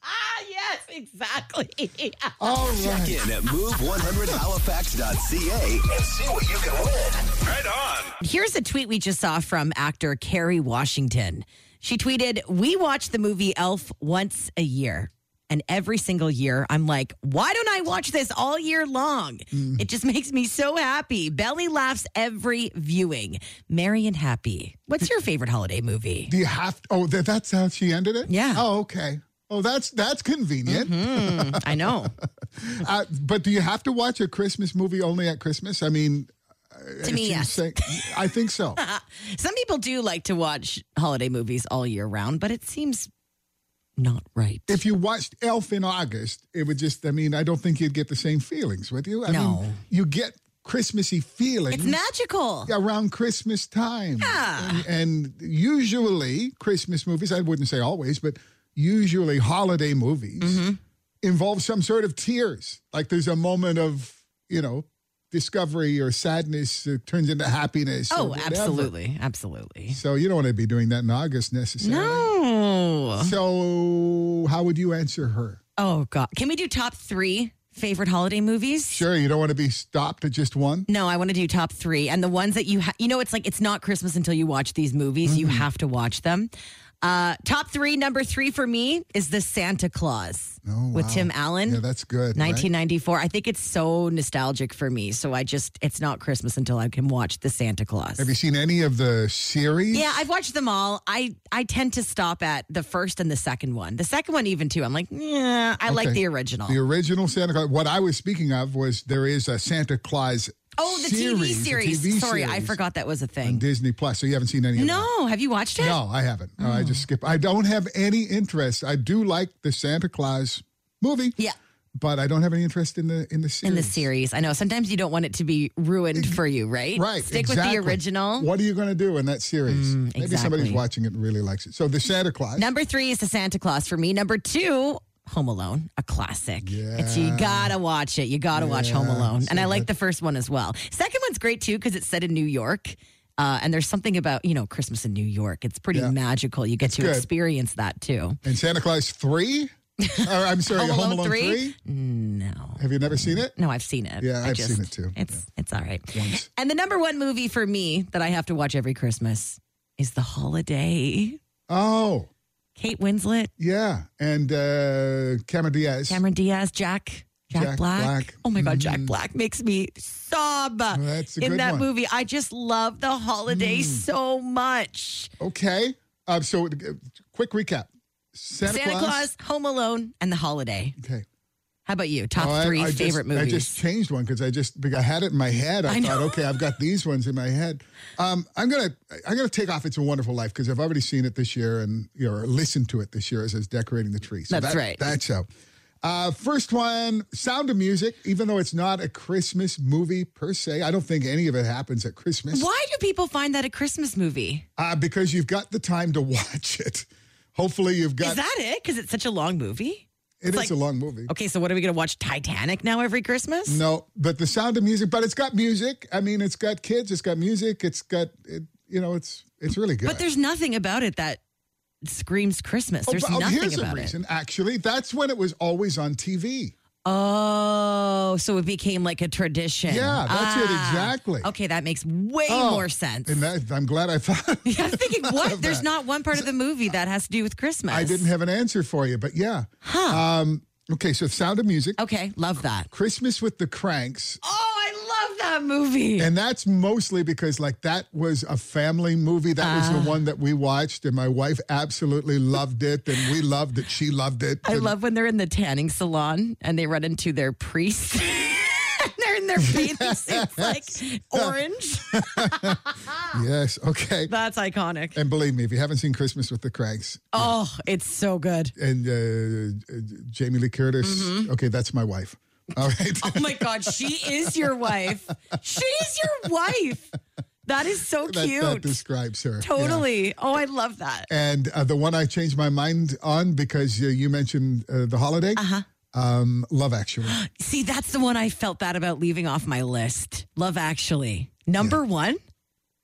Speaker 3: yes, exactly.
Speaker 4: All right.
Speaker 1: In at move100halifax.ca and see what you can win. Right on.
Speaker 3: Here's a tweet we just saw from actor Carrie Washington. She tweeted, We watch the movie Elf once a year. And every single year, I'm like, why don't I watch this all year long? It just makes me so happy. Belly laughs every viewing. Merry and happy. What's your favorite holiday movie?
Speaker 4: Do you have? oh, that, that's how she ended it.
Speaker 3: Yeah. Mm-hmm.
Speaker 4: Oh, okay. Oh, that's that's convenient.
Speaker 3: I know.
Speaker 4: Uh, but do you have to watch a Christmas movie only at Christmas? I mean, uh,
Speaker 3: to me, yes.
Speaker 4: say- I think so.
Speaker 3: Some people do like to watch holiday movies all year round, but it seems not right.
Speaker 4: if you watched Elf in August, it would just. I mean, I don't think you'd get the same feelings, would you? I mean,
Speaker 3: No.
Speaker 4: you get Christmassy
Speaker 3: It's
Speaker 4: feelings.
Speaker 3: magical.
Speaker 4: around Christmas time.
Speaker 3: Yeah.
Speaker 4: And, and usually Christmas movies, I wouldn't say always, but usually holiday movies
Speaker 3: Mm-hmm.
Speaker 4: involve some sort of tears. Like there's a moment of, you know, discovery or sadness that turns into happiness. or
Speaker 3: Oh,
Speaker 4: whatever.
Speaker 3: absolutely. Absolutely.
Speaker 4: So you don't want to be doing that in August necessarily.
Speaker 3: No.
Speaker 4: So how would you answer her?
Speaker 3: Oh God! Can we do top three favorite holiday movies?
Speaker 4: Sure, you don't want to be stopped at just one.
Speaker 3: No, I want to do top
Speaker 4: Mm-hmm.
Speaker 3: three, and the ones that you ha- you know, it's like it's not Christmas until you watch these movies. You have to watch them. Uh, top three, number three for me is the Santa Claus
Speaker 4: Oh,
Speaker 3: with
Speaker 4: wow.
Speaker 3: Tim Allen.
Speaker 4: Yeah, that's good. right?
Speaker 3: 1994. I think it's so nostalgic for me. So I just, it's not Christmas until I can watch The Santa Claus.
Speaker 4: Have you seen any of the series?
Speaker 3: Yeah, I've watched them all. I, I tend to stop at the first and the second one. The second one, even too. I'm like, yeah, I like
Speaker 4: Okay.
Speaker 3: the original.
Speaker 4: The original Santa Claus. What I was speaking of was there is a Santa Claus.
Speaker 3: oh, the TV
Speaker 4: series, a
Speaker 3: series.
Speaker 4: TV
Speaker 3: Sorry, I
Speaker 4: series
Speaker 3: forgot that was a
Speaker 4: on
Speaker 3: thing.
Speaker 4: Disney Plus. So you haven't seen any of them?
Speaker 3: No, Oh. have you watched it?
Speaker 4: No, I haven't. No, I just skip. I don't have any interest. I do like the Santa Claus movie.
Speaker 3: Yeah.
Speaker 4: But I don't have any interest in the in the series.
Speaker 3: In the series. I know sometimes you don't want it to be ruined for you, right?
Speaker 4: Right.
Speaker 3: Stick
Speaker 4: exactly.
Speaker 3: with the original. Mm,
Speaker 4: What are you going to do in that series? Maybe somebody's
Speaker 3: exactly.
Speaker 4: watching it and really likes it. So the Santa Claus.
Speaker 3: Number three is the Santa Claus for me. Number two, Home Alone, a classic. It's you gotta watch it. You gotta watch Home Alone, and I like the first one as well. Second one's great too because it's set in New York, uh, and there's something about you know Christmas in New York. It's pretty magical. You get to
Speaker 4: good.
Speaker 3: experience that too.
Speaker 4: and Santa Claus 3? or I'm sorry, Home Alone, 3?
Speaker 3: No,
Speaker 4: Have you never seen it?
Speaker 3: no, I've seen it.
Speaker 4: Yeah,
Speaker 3: I
Speaker 4: I've seen it, too.
Speaker 3: It's it's all right. And the number one movie for me that I have to watch every Christmas is The Holiday.
Speaker 4: Oh,
Speaker 3: Kate Winslet.
Speaker 4: yeah. And uh Cameron Diaz.
Speaker 3: Cameron Diaz, Jack. Jack,
Speaker 4: Jack
Speaker 3: Black.
Speaker 4: Black. Mm-hmm.
Speaker 3: Oh my God, Jack Black makes me sob
Speaker 4: that's a
Speaker 3: in
Speaker 4: good
Speaker 3: that
Speaker 4: one. Mm.
Speaker 3: movie. I just love the holiday so much.
Speaker 4: Okay. Uh, so uh, quick recap. Santa,
Speaker 3: Santa Claus, Home Alone, and the holiday.
Speaker 4: Okay.
Speaker 3: How about you? Top
Speaker 4: Oh, I-
Speaker 3: three
Speaker 4: I just-
Speaker 3: favorite movies.
Speaker 4: I just changed one because I just because I had it in my head. I,
Speaker 3: I
Speaker 4: thought,
Speaker 3: know.
Speaker 4: okay, I've got these ones in my head. Um, I'm gonna I'm gonna take off "It's a Wonderful Life" because I've already seen it this year and you know, or listened to it this year as I was decorating the tree. So
Speaker 3: That's
Speaker 4: that-
Speaker 3: right.
Speaker 4: That's out. Uh, first one, Sound of Music. Even though it's not a Christmas movie per se, I don't think any of it happens at Christmas.
Speaker 3: Why do people find that a Christmas movie?
Speaker 4: Uh, because you've got the time to watch it. Hopefully, you've got.
Speaker 3: Is that it? Because it's such a long movie.
Speaker 4: it is
Speaker 3: like-
Speaker 4: a long movie.
Speaker 3: Okay, so what are we going to watch Titanic now every Christmas?
Speaker 4: No, but the sound of music, but it's got music. I mean, it's got kids, it's got music, it's got it, you know, it's it's really good.
Speaker 3: But there's nothing about it that screams Christmas.
Speaker 4: Oh,
Speaker 3: There's
Speaker 4: but- oh,
Speaker 3: nothing
Speaker 4: here's
Speaker 3: about
Speaker 4: a
Speaker 3: it.
Speaker 4: reason, actually. That's when it was always on TV.
Speaker 3: Oh, so it became like a tradition. Ah.
Speaker 4: Yeah, that's it, exactly.
Speaker 3: Okay, that makes way
Speaker 4: Oh,
Speaker 3: more sense.
Speaker 4: And that, I'm glad I thought
Speaker 3: Yeah, I'm thinking, what? There's
Speaker 4: that.
Speaker 3: not one part of the movie that has to do with Christmas.
Speaker 4: I didn't have an answer for you, but yeah. Huh. Um, okay, so sound of music,
Speaker 3: Okay, love that.
Speaker 4: Christmas with the Cranks.
Speaker 3: Oh, I love that movie.
Speaker 4: And that's mostly because, like, that was a family movie. That was
Speaker 3: Ah.
Speaker 4: the one that we watched, and my wife absolutely loved it, and we loved it. She loved it.
Speaker 3: I
Speaker 4: and-
Speaker 3: love when they're in the tanning salon and they run into their priest. And they're in their bathing suits, like orange.
Speaker 4: Yes. Okay.
Speaker 3: That's iconic.
Speaker 4: And believe me, if you haven't seen Christmas with the Cranks
Speaker 3: Oh, it's so good.
Speaker 4: and uh, uh, Jamie Lee Curtis, okay, that's my wife. All right.
Speaker 3: Mm-hmm. Oh my God, she is your wife. She is your wife. That is so
Speaker 4: that,
Speaker 3: cute.
Speaker 4: that describes her. yeah.
Speaker 3: Totally. Oh, I love that.
Speaker 4: And uh, the one I changed my mind on because uh, you mentioned uh, the holiday. Uh-huh. Um, Love Actually.
Speaker 3: See, that's the one I felt bad about leaving off my list. Love Actually. Number one.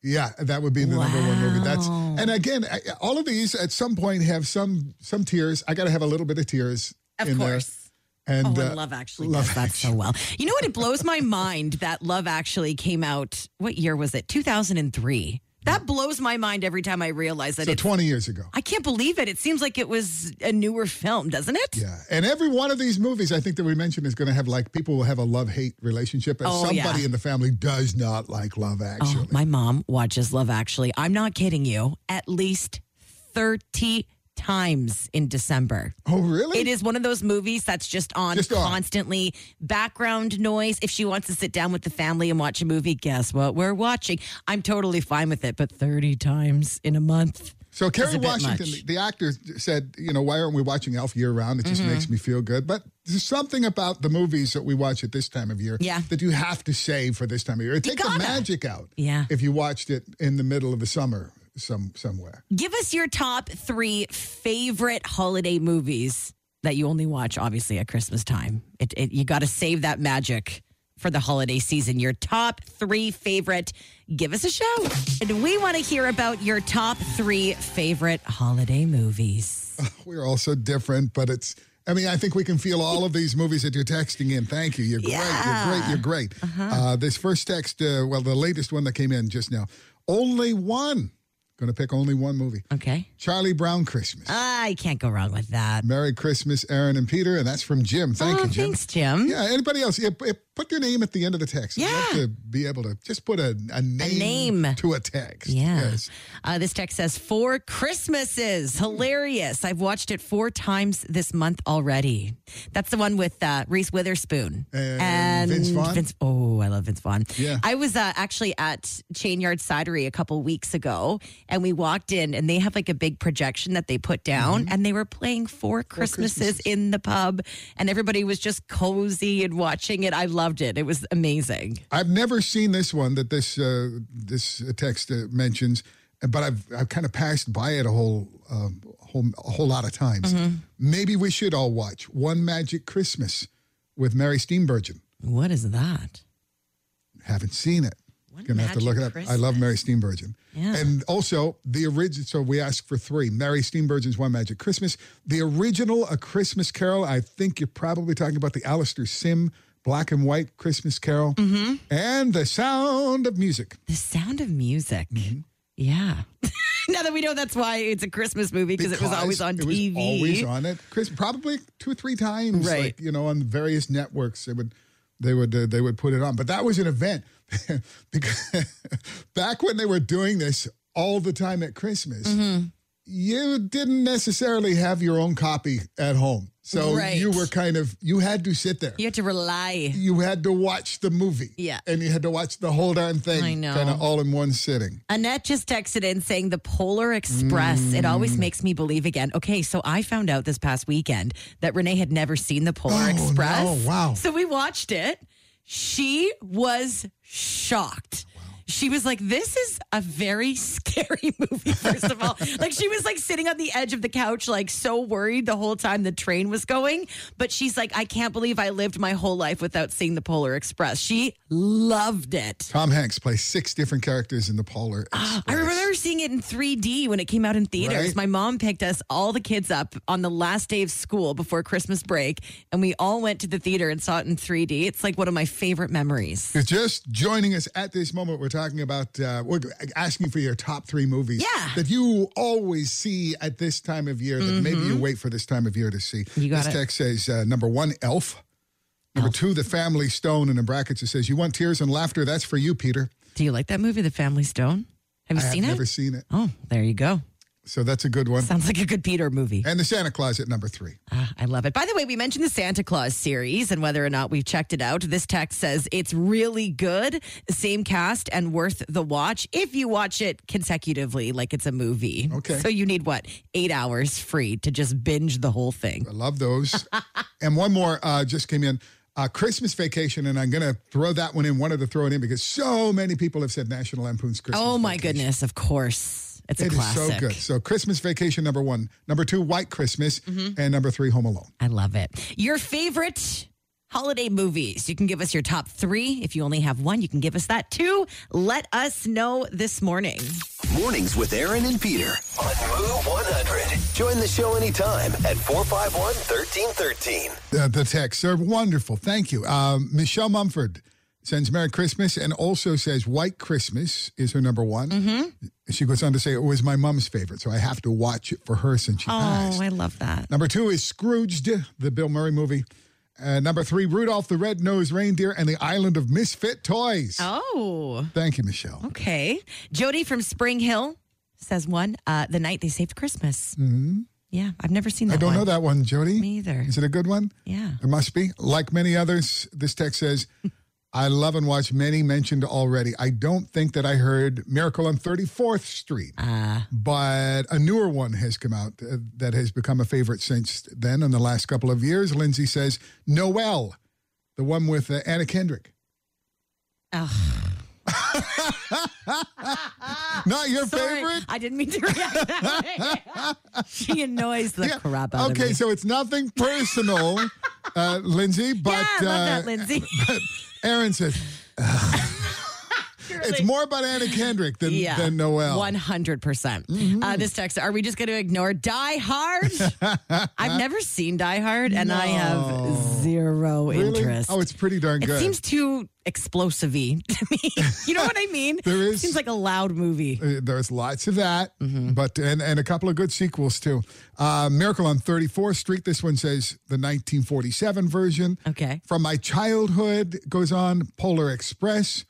Speaker 4: yeah, that would be the number one movie. That's and again, I, all of these at some point have some some tears. I got to have a little bit of tears.
Speaker 3: Of
Speaker 4: in there.
Speaker 3: course.
Speaker 4: And,
Speaker 3: oh, and
Speaker 4: uh,
Speaker 3: Love Actually does that so well. You know what? It blows my mind that Love Actually came out. What year was it? 2003. That blows my mind every time I realize that
Speaker 4: So
Speaker 3: it's.
Speaker 4: twenty years ago.
Speaker 3: I can't believe it. It seems like it was a newer film, doesn't it?
Speaker 4: Yeah, and every one of these movies I think that we mentioned is going to have like people will have a love hate relationship, and
Speaker 3: Oh,
Speaker 4: somebody
Speaker 3: yeah.
Speaker 4: in the family does not like Love Actually.
Speaker 3: Oh, my mom watches Love Actually. I'm not kidding you. At least 30 times in December.
Speaker 4: Oh, really?
Speaker 3: It is one of those movies that's just on
Speaker 4: Just on.
Speaker 3: constantly background noise. If she wants to sit down with the family and watch a movie, guess what we're watching? I'm totally fine with it, but 30 times in a month.
Speaker 4: So Kerry
Speaker 3: a bit
Speaker 4: Washington,
Speaker 3: much.
Speaker 4: the actor, said, "You know, why aren't we watching Elf year round? It just
Speaker 3: Mm-hmm.
Speaker 4: makes me feel good." But there's something about the movies that we watch at this time of year
Speaker 3: Yeah.
Speaker 4: that you have to save for this time of year. It takes the
Speaker 3: gotta.
Speaker 4: magic out.
Speaker 3: Yeah.
Speaker 4: if you watched it in the middle of the summer, some somewhere.
Speaker 3: Give us your top three favorite holiday movies that you only watch, obviously, at Christmas time. It, it, you got to save that magic for the holiday season. Your top three favorite. Give us a show. And we want to hear about your top three favorite holiday movies.
Speaker 4: We're all so different, but it's. I mean, I think we can feel all of these movies that you're texting in. Thank you. You're great. You're great. You're great.
Speaker 3: Uh-huh.
Speaker 4: uh this first text, uh, well, the latest one that came in just now, only one. Going to pick only one movie
Speaker 3: Okay.
Speaker 4: Charlie Brown Christmas.
Speaker 3: I can't go wrong with that.
Speaker 4: Merry Christmas, Aaron and Peter. And that's from Jim. Thank
Speaker 3: oh,
Speaker 4: you, Jim.
Speaker 3: thanks, Jim.
Speaker 4: Yeah, anybody else? Yeah, p- put your name at the end of the text. I'd love
Speaker 3: Yeah.
Speaker 4: to be able to just put a, a, name,
Speaker 3: name.
Speaker 4: to a text.
Speaker 3: Yeah.
Speaker 4: Yes.
Speaker 3: Uh, this text says four Christmases. Hilarious. I've watched it four times this month already. That's the one with uh, Reese Witherspoon
Speaker 4: And Vince Vaughn?
Speaker 3: oh, I love Vince Vaughn.
Speaker 4: Yeah.
Speaker 3: I was uh, actually at Chain Yard Cidery a couple weeks ago, and we walked in, and they have like a big projection that they put down, and they were playing Mm-hmm. four Christmases, in the pub, and everybody was just cozy and watching it. I loved it. It was amazing.
Speaker 4: I've never seen this one that this uh, this text uh, mentions, but I've I've kind of passed by it a whole um, whole a whole lot of times.
Speaker 3: Mm-hmm.
Speaker 4: Maybe we should all watch One Magic Christmas with Mary Steenburgen.
Speaker 3: What is that?
Speaker 4: Haven't seen it.
Speaker 3: One
Speaker 4: Gonna have to
Speaker 3: Magic
Speaker 4: look it up. I love Mary Steenburgen.
Speaker 3: Yeah.
Speaker 4: And also the original. So we asked for three. Mary Steenburgen's One Magic Christmas. The original A Christmas Carol. I think you're probably talking about the Alistair Sim black and white Christmas Carol.
Speaker 3: Mm-hmm.
Speaker 4: And the Sound of Music.
Speaker 3: The Sound of Music.
Speaker 4: Mm-hmm.
Speaker 3: Yeah. now that we know that's why it's a Christmas movie because it was always on
Speaker 4: it was
Speaker 3: TV.
Speaker 4: always on it. Chris, probably two or three times,
Speaker 3: Right.
Speaker 4: Like you know, on various networks, they would, they would, uh, they would put it on. But that was an event because back when they were doing this all the time at Christmas,
Speaker 3: Mm-hmm.
Speaker 4: you didn't necessarily have your own copy at home, so
Speaker 3: Right.
Speaker 4: you were kind of you had to sit there.
Speaker 3: You had to rely.
Speaker 4: You had to watch the movie,
Speaker 3: Yeah.
Speaker 4: and you had to watch the whole darn thing,
Speaker 3: I know.
Speaker 4: kind of all in one sitting.
Speaker 3: Annette just texted in saying the Polar Express. It
Speaker 4: Mm.
Speaker 3: always makes me believe again. Okay, so I found out this past weekend that Renee had never seen the Polar
Speaker 4: Oh,
Speaker 3: Express.
Speaker 4: no. Wow.
Speaker 3: So we watched it. She was shocked. She was like, This is a very scary movie, first of all. like, she was like sitting on the edge of the couch, like so worried the whole time the train was going. But she's like, I can't believe I lived my whole life without seeing the Polar Express. She loved it.
Speaker 4: Tom Hanks plays six different characters in the Polar. Express.
Speaker 3: I remember seeing it in 3D when it came out in theaters.
Speaker 4: Right.
Speaker 3: My mom picked us all the kids up on the last day of school before Christmas break, and we all went to the theater and saw it in 3D. It's like one of my favorite memories.
Speaker 4: You're just joining us at this moment. We're talking about, uh, we're asking for your top three movies
Speaker 3: Yeah. Mm-hmm.
Speaker 4: that you always see at this time of year that maybe you wait for this time of year to see.
Speaker 3: You got
Speaker 4: this
Speaker 3: it.
Speaker 4: text says uh, number one, Elf. Number two, The Family Stone. And in brackets, it says, You want tears and laughter? That's for you, Peter.
Speaker 3: Do you like that movie, The Family Stone? Have
Speaker 4: I
Speaker 3: you
Speaker 4: have
Speaker 3: seen it?
Speaker 4: never seen it.
Speaker 3: oh, there you go.
Speaker 4: So that's a good one.
Speaker 3: Sounds like a good Peter movie.
Speaker 4: And The Santa Claus at number three.
Speaker 3: Ah, I love it. By the way, we mentioned the Santa Claus series and whether or not we've checked it out. This text says it's really good, same cast, and worth the watch if you watch it consecutively, like it's a movie.
Speaker 4: Okay.
Speaker 3: So you need what? Eight hours free to just binge the whole thing.
Speaker 4: I love those. and one more uh, just came in. Uh, Christmas Vacation, and I'm going to throw that one in, wanted to throw it in because so many people have said National Lampoon's Christmas.
Speaker 3: Oh my
Speaker 4: Vacation.
Speaker 3: goodness, of course. It's a
Speaker 4: It is
Speaker 3: classic.
Speaker 4: so good. So Christmas Vacation number one, number two White Christmas,
Speaker 3: Mm-hmm.
Speaker 4: and number three Home Alone.
Speaker 3: I love it. Your favorite holiday movies. You can give us your top three. If you only have one, you can give us that too. Let us know this morning.
Speaker 1: Mornings with Aaron and Peter on Move 100. Join the show anytime at 451 1313.
Speaker 4: The, the texts are wonderful. Thank you. Um, Michelle Mumford sends Merry Christmas and also says White Christmas is her number one.
Speaker 3: Mm-hmm.
Speaker 4: She goes on to say it was my mom's favorite, so I have to watch it for her since she
Speaker 3: Oh,
Speaker 4: passed.
Speaker 3: I love that.
Speaker 4: Number two is Scrooged, the Bill Murray movie. Uh, number three, Rudolph the Red-Nosed Reindeer and the Island of Misfit Toys.
Speaker 3: Oh.
Speaker 4: Thank you, Michelle.
Speaker 3: Okay. Jody from Spring Hill says one, uh, The Night They Saved Christmas. Mm-hmm. Yeah, I've never seen that
Speaker 4: I don't
Speaker 3: one.
Speaker 4: know that one, Jody.
Speaker 3: Me either.
Speaker 4: Is it a good one?
Speaker 3: Yeah.
Speaker 4: It must be. Like many others, this text says, I love and watch many mentioned already. I don't think that I heard Miracle on 34th Street,
Speaker 3: Uh,
Speaker 4: but a newer one has come out uh, that has become a favorite since then in the last couple of years. Lindsay says, Noel, the one with uh, Anna Kendrick.
Speaker 3: Ugh,
Speaker 4: Not your
Speaker 3: sorry.
Speaker 4: favorite?
Speaker 3: I didn't mean to react that way. she annoys the
Speaker 4: Yeah.
Speaker 3: crap out of
Speaker 4: Okay,
Speaker 3: me.
Speaker 4: so it's nothing personal, uh, Lindsay, but
Speaker 3: yeah, I love that,
Speaker 4: uh,
Speaker 3: Lindsay.
Speaker 4: Aaron says, It's more about Anna Kendrick than, than Noel. Mm-hmm.
Speaker 3: One hundred percent. Uh, This text: Are we just going to ignore Die Hard? I've never seen Die Hard, and I have zero
Speaker 4: Really?
Speaker 3: interest.
Speaker 4: Oh, it's pretty darn
Speaker 3: it
Speaker 4: good.
Speaker 3: seems too explosive-y to me. you know what I mean?
Speaker 4: There is-
Speaker 3: seems like a loud movie.
Speaker 4: Uh, There's lots of that,
Speaker 3: Mm-hmm.
Speaker 4: but and, and a couple of good sequels too. Uh, Miracle on 34th Street. This one says the 1947 version.
Speaker 3: Okay.
Speaker 4: From my childhood goes on Polar Express.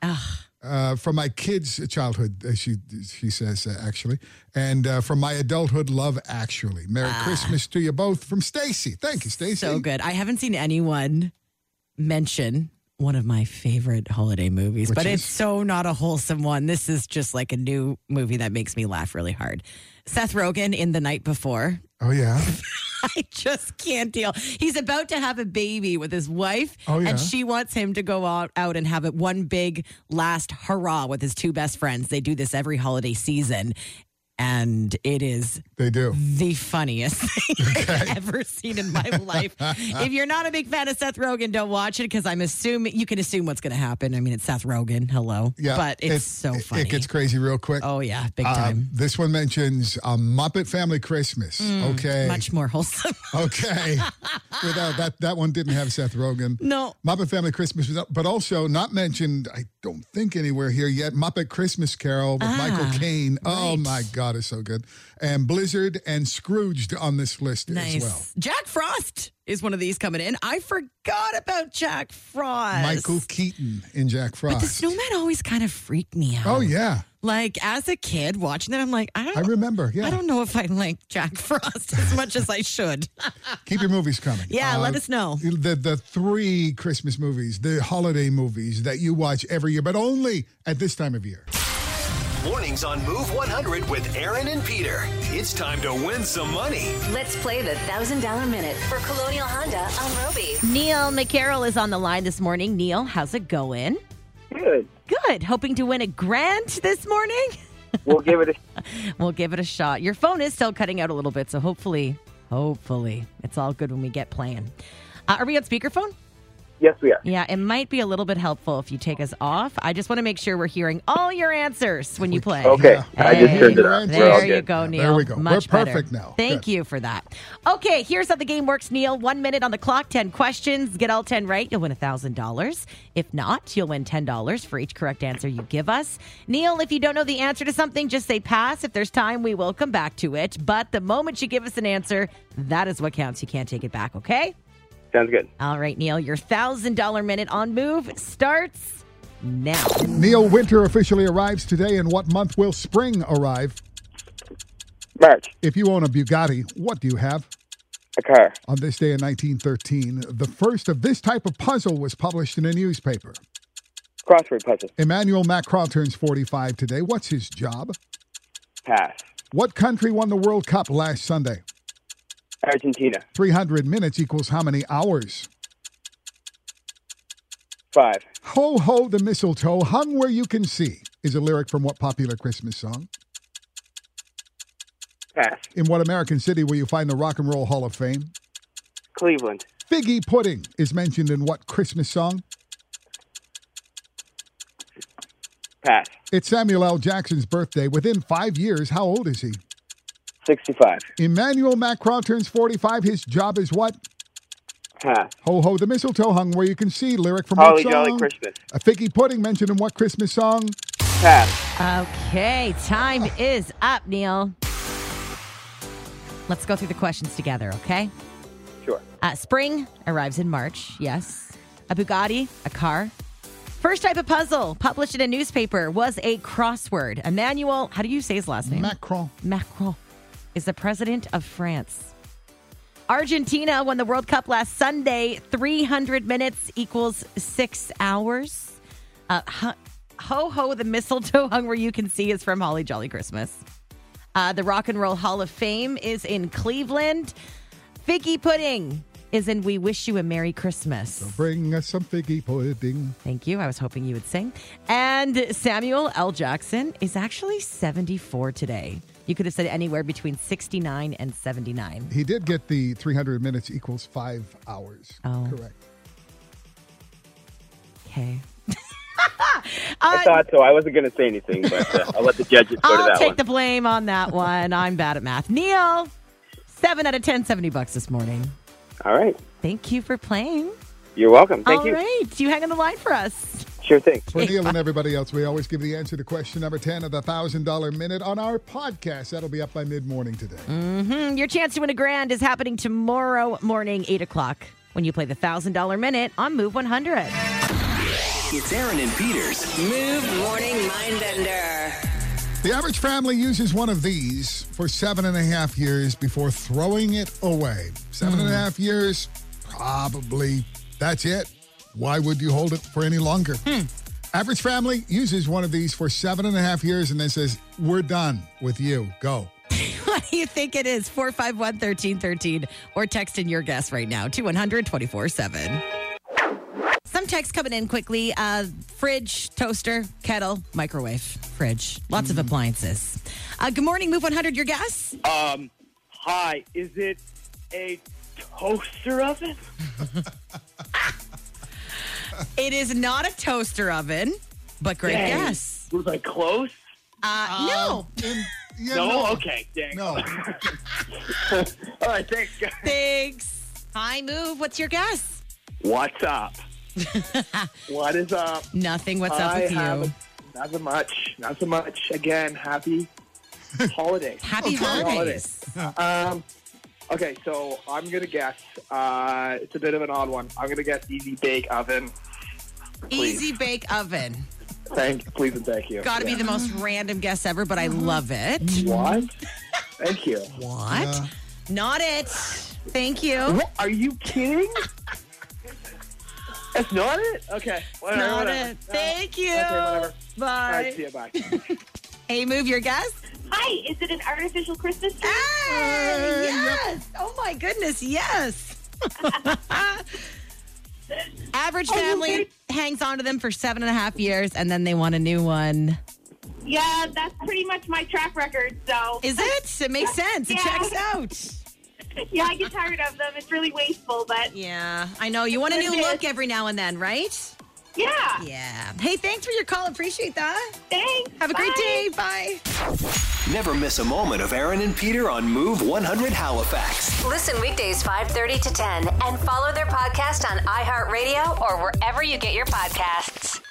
Speaker 4: Uh, from my kids' childhood, uh, she she says uh, actually, and uh, from my adulthood, Love Actually. Merry Christmas to you both from Stacy. Thank you, Stacy.
Speaker 3: Ah. So good. I haven't seen anyone mention one of my favorite holiday movies,
Speaker 4: Which
Speaker 3: but
Speaker 4: is?
Speaker 3: it's so not a wholesome one. This is just like a new movie that makes me laugh really hard. Seth Rogen in The Night Before.
Speaker 4: Oh yeah,
Speaker 3: I just can't deal. He's about to have a baby with his wife,
Speaker 4: Oh, yeah.
Speaker 3: and she wants him to go out, out and have it one big last hurrah with his two best friends. They do this every holiday season, and it is
Speaker 4: they do.
Speaker 3: the funniest thing I've ever seen in my life. if you're not a big fan of Seth Rogen, don't watch it because I'm assuming you can assume what's going to happen. I mean, it's Seth Rogen. Hello.
Speaker 4: Yeah,
Speaker 3: But it's
Speaker 4: it-
Speaker 3: so
Speaker 4: it-
Speaker 3: funny.
Speaker 4: It gets crazy real quick.
Speaker 3: oh, yeah. Big
Speaker 4: Uh,
Speaker 3: time.
Speaker 4: this one mentions a Muppet Family Christmas. okay.
Speaker 3: Mm, Much more wholesome.
Speaker 4: Okay. Without that, that one didn't have Seth Rogen.
Speaker 3: No.
Speaker 4: Muppet Family Christmas, was up- but also not mentioned. I don't think anywhere here yet. Muppet Christmas Carol with
Speaker 3: Ah,
Speaker 4: Michael Caine. Oh my God, it's so good. And Blizzard and Scrooged on this list as well.
Speaker 3: Jack Frost is one of these coming in. I forgot about Jack Frost.
Speaker 4: Michael Keaton in Jack Frost.
Speaker 3: But the snowman always kind of freaked me out.
Speaker 4: oh yeah,
Speaker 3: Like as a kid watching it, I'm like, I don't
Speaker 4: I remember. Yeah,
Speaker 3: I don't know if I like Jack Frost as much as I should.
Speaker 4: keep your movies coming. Uh,
Speaker 3: Yeah, let us know.
Speaker 4: The the three Christmas movies, the holiday movies that you watch every year, but only at this time of year.
Speaker 1: Mornings on Move 100 with Aaron and Peter. It's time to win some money.
Speaker 2: Let's play the $1,000 minute for Colonial Honda on Roby.
Speaker 8: Neil McCarroll is on the line this morning. Neil, how's it going?
Speaker 9: Good.
Speaker 8: Good. Hoping to win a grant this morning?
Speaker 9: We'll give it a
Speaker 8: We'll give it a shot. Your phone is still cutting out a little bit, so hopefully, hopefully, it's all good when we get playing. Uh, are we on speakerphone?
Speaker 9: yes. We are.
Speaker 8: Yeah, it might be a little bit helpful if you take us off. I just want to make sure we're hearing all your answers when you play.
Speaker 9: Okay, I just
Speaker 8: Hey,
Speaker 9: turned it up. We're all
Speaker 8: There you
Speaker 9: good.
Speaker 8: go, Neil.
Speaker 4: There we go.
Speaker 8: Much
Speaker 4: We're
Speaker 8: better.
Speaker 4: perfect now.
Speaker 8: Thank
Speaker 4: Good.
Speaker 8: you for that. Okay, here's how the game works, Neil. One minute on the clock, 10 questions. Get all 10 right, you'll win $1,000. If not, you'll win $10 for each correct answer you give us. Neil, if you don't know the answer to something, just say pass. If there's time, we will come back to it. But the moment you give us an answer, that is what counts. You can't take it back, okay?
Speaker 9: Sounds good.
Speaker 8: All right, Neil, your $1,000 minute on move starts now.
Speaker 4: Neil, winter officially arrives today. In what month will spring arrive?
Speaker 9: March,
Speaker 4: If you own a Bugatti, what do you have?
Speaker 9: a car.
Speaker 4: On this day in 1913, the first of this type of puzzle was published in a newspaper.
Speaker 9: Crossword puzzle.
Speaker 4: Emmanuel Macron turns 45 today. What's his job?
Speaker 9: Pass.
Speaker 4: What country won the World Cup last Sunday?
Speaker 9: Argentina.
Speaker 4: 300 minutes equals how many hours?
Speaker 9: Five.
Speaker 4: Ho ho the mistletoe hung where you can see is a lyric from what popular Christmas song?
Speaker 9: Pass.
Speaker 4: In what American city will you find the Rock and Roll Hall of Fame?
Speaker 9: Cleveland.
Speaker 4: Figgy pudding is mentioned in what Christmas song?
Speaker 9: Pass.
Speaker 4: It's Samuel L. Jackson's birthday. Within five years, how old is he?
Speaker 9: Sixty-five.
Speaker 4: Emmanuel Macron turns 45. His job is what?
Speaker 9: Pass.
Speaker 4: Ho ho, the mistletoe hung where you can see. Lyric from
Speaker 9: Holly
Speaker 4: what song?
Speaker 9: Jolly Christmas.
Speaker 4: A figgy pudding mentioned in what Christmas song?
Speaker 9: Pass.
Speaker 8: Okay, time is up, Neil. Let's go through the questions together, okay?
Speaker 9: Sure.
Speaker 8: Uh, spring arrives in March, yes. A Bugatti, a car. First type of puzzle published in a newspaper was a crossword. Emmanuel, how do you say his last name?
Speaker 4: Macron.
Speaker 8: Macron is the president of France. Argentina won the World Cup last Sunday. 300 minutes equals six hours. Uh, ho, ho, ho, the mistletoe hung where you can see is from Holly Jolly Christmas. Uh, the Rock and Roll Hall of Fame is in Cleveland. Figgy Pudding is in We Wish You a Merry Christmas.
Speaker 4: Bring us some figgy pudding.
Speaker 8: Thank you. I was hoping you would sing. And Samuel L. Jackson is actually 74 today. You could have said anywhere between 69 and 79.
Speaker 4: He did get the 300 minutes equals five hours.
Speaker 8: Oh.
Speaker 4: Correct.
Speaker 8: Okay. Uh,
Speaker 9: I thought so. I wasn't going to say anything, but uh, I'll let the judges go to
Speaker 8: I'll
Speaker 9: that
Speaker 8: take
Speaker 9: one.
Speaker 8: the blame on that one. I'm bad at math. Neil, seven out of ten, seventy bucks this morning.
Speaker 9: All right.
Speaker 8: Thank you for playing.
Speaker 9: You're welcome. Thank
Speaker 8: All
Speaker 9: you.
Speaker 8: right, you hang on the line for us.
Speaker 9: Sure thing.
Speaker 4: For Neil and everybody else, we always give the answer to question number 10 of the $1,000 minute on our podcast. That'll be up by mid morning today.
Speaker 8: Mm, Your chance to win a grand is happening tomorrow morning, eight o'clock, when you play the thousand dollar minute on Move One Hundred.
Speaker 1: It's Aaron and Peter's
Speaker 2: Move Morning Mindbender.
Speaker 4: The average family uses one of these for seven and a half years before throwing it away. Seven and a half years, probably that's it. Why would you hold it for any longer? Average family uses one of these for seven and a half years and then says, We're done with you. Go.
Speaker 3: What do you think it is? 451 1313 or text in your guess right now to 100 24 7. Some texts coming in quickly uh, fridge, toaster, kettle, microwave, fridge, lots
Speaker 9: Mm.
Speaker 3: of appliances. Uh, good morning, Move 100, your guess?
Speaker 9: Um, hi. Is it a toaster oven?
Speaker 3: It is not a toaster oven, but great
Speaker 9: Dang.
Speaker 3: guess.
Speaker 9: Was I close?
Speaker 3: Uh,
Speaker 9: Um,
Speaker 3: no,
Speaker 4: And, yeah,
Speaker 9: No. Okay. Dang.
Speaker 4: No.
Speaker 9: All right. Thanks, guys.
Speaker 3: thanks. Hi, Move, what's your guess?
Speaker 9: What's up? what is up?
Speaker 3: Nothing. What's up
Speaker 9: I
Speaker 3: with
Speaker 9: have-
Speaker 3: you?
Speaker 9: Not so much. Not so much. Again, happy holidays.
Speaker 3: Happy
Speaker 4: Okay.
Speaker 3: holidays.
Speaker 9: Um, okay, so I'm gonna guess. Uh, it's a bit of an odd one. I'm gonna guess easy bake oven. Please.
Speaker 3: Easy bake oven.
Speaker 9: Thank, please and thank you.
Speaker 3: Got to be the most random guess ever, but I
Speaker 9: Mm-hmm.
Speaker 3: love it.
Speaker 9: what? Thank you.
Speaker 3: What?
Speaker 4: Yeah.
Speaker 3: Not it. Thank you.
Speaker 9: What? Are you kidding? That's not it. Okay. Whatever,
Speaker 3: Not
Speaker 9: whatever.
Speaker 3: it.
Speaker 9: No.
Speaker 3: Thank you.
Speaker 9: Okay, whatever. All right. See
Speaker 3: Bye.
Speaker 9: you. Bye.
Speaker 3: Hey, move your guess.
Speaker 6: Hi, is it an artificial Christmas tree?
Speaker 3: Hey, yes. Oh my goodness, yes. Average
Speaker 9: Oh,
Speaker 3: family hangs on to them for seven and a half years, and then they want a new one.
Speaker 6: Yeah, that's pretty much my track record. So
Speaker 3: Is it? It makes sense. It
Speaker 6: Yeah.
Speaker 3: checks out.
Speaker 6: yeah, I get tired of them. It's really wasteful, but
Speaker 3: Yeah, I know. You want a new look every now and then, right?
Speaker 6: yeah.
Speaker 3: Yeah. Hey, thanks for your call. Appreciate that.
Speaker 6: Thanks.
Speaker 3: Have a great
Speaker 6: Bye.
Speaker 3: day. Bye.
Speaker 1: Never miss a moment of Aaron and Peter on Move 100 Halifax.
Speaker 2: Listen weekdays 5:30 to 10 and follow their podcast on iHeartRadio or wherever you get your podcasts.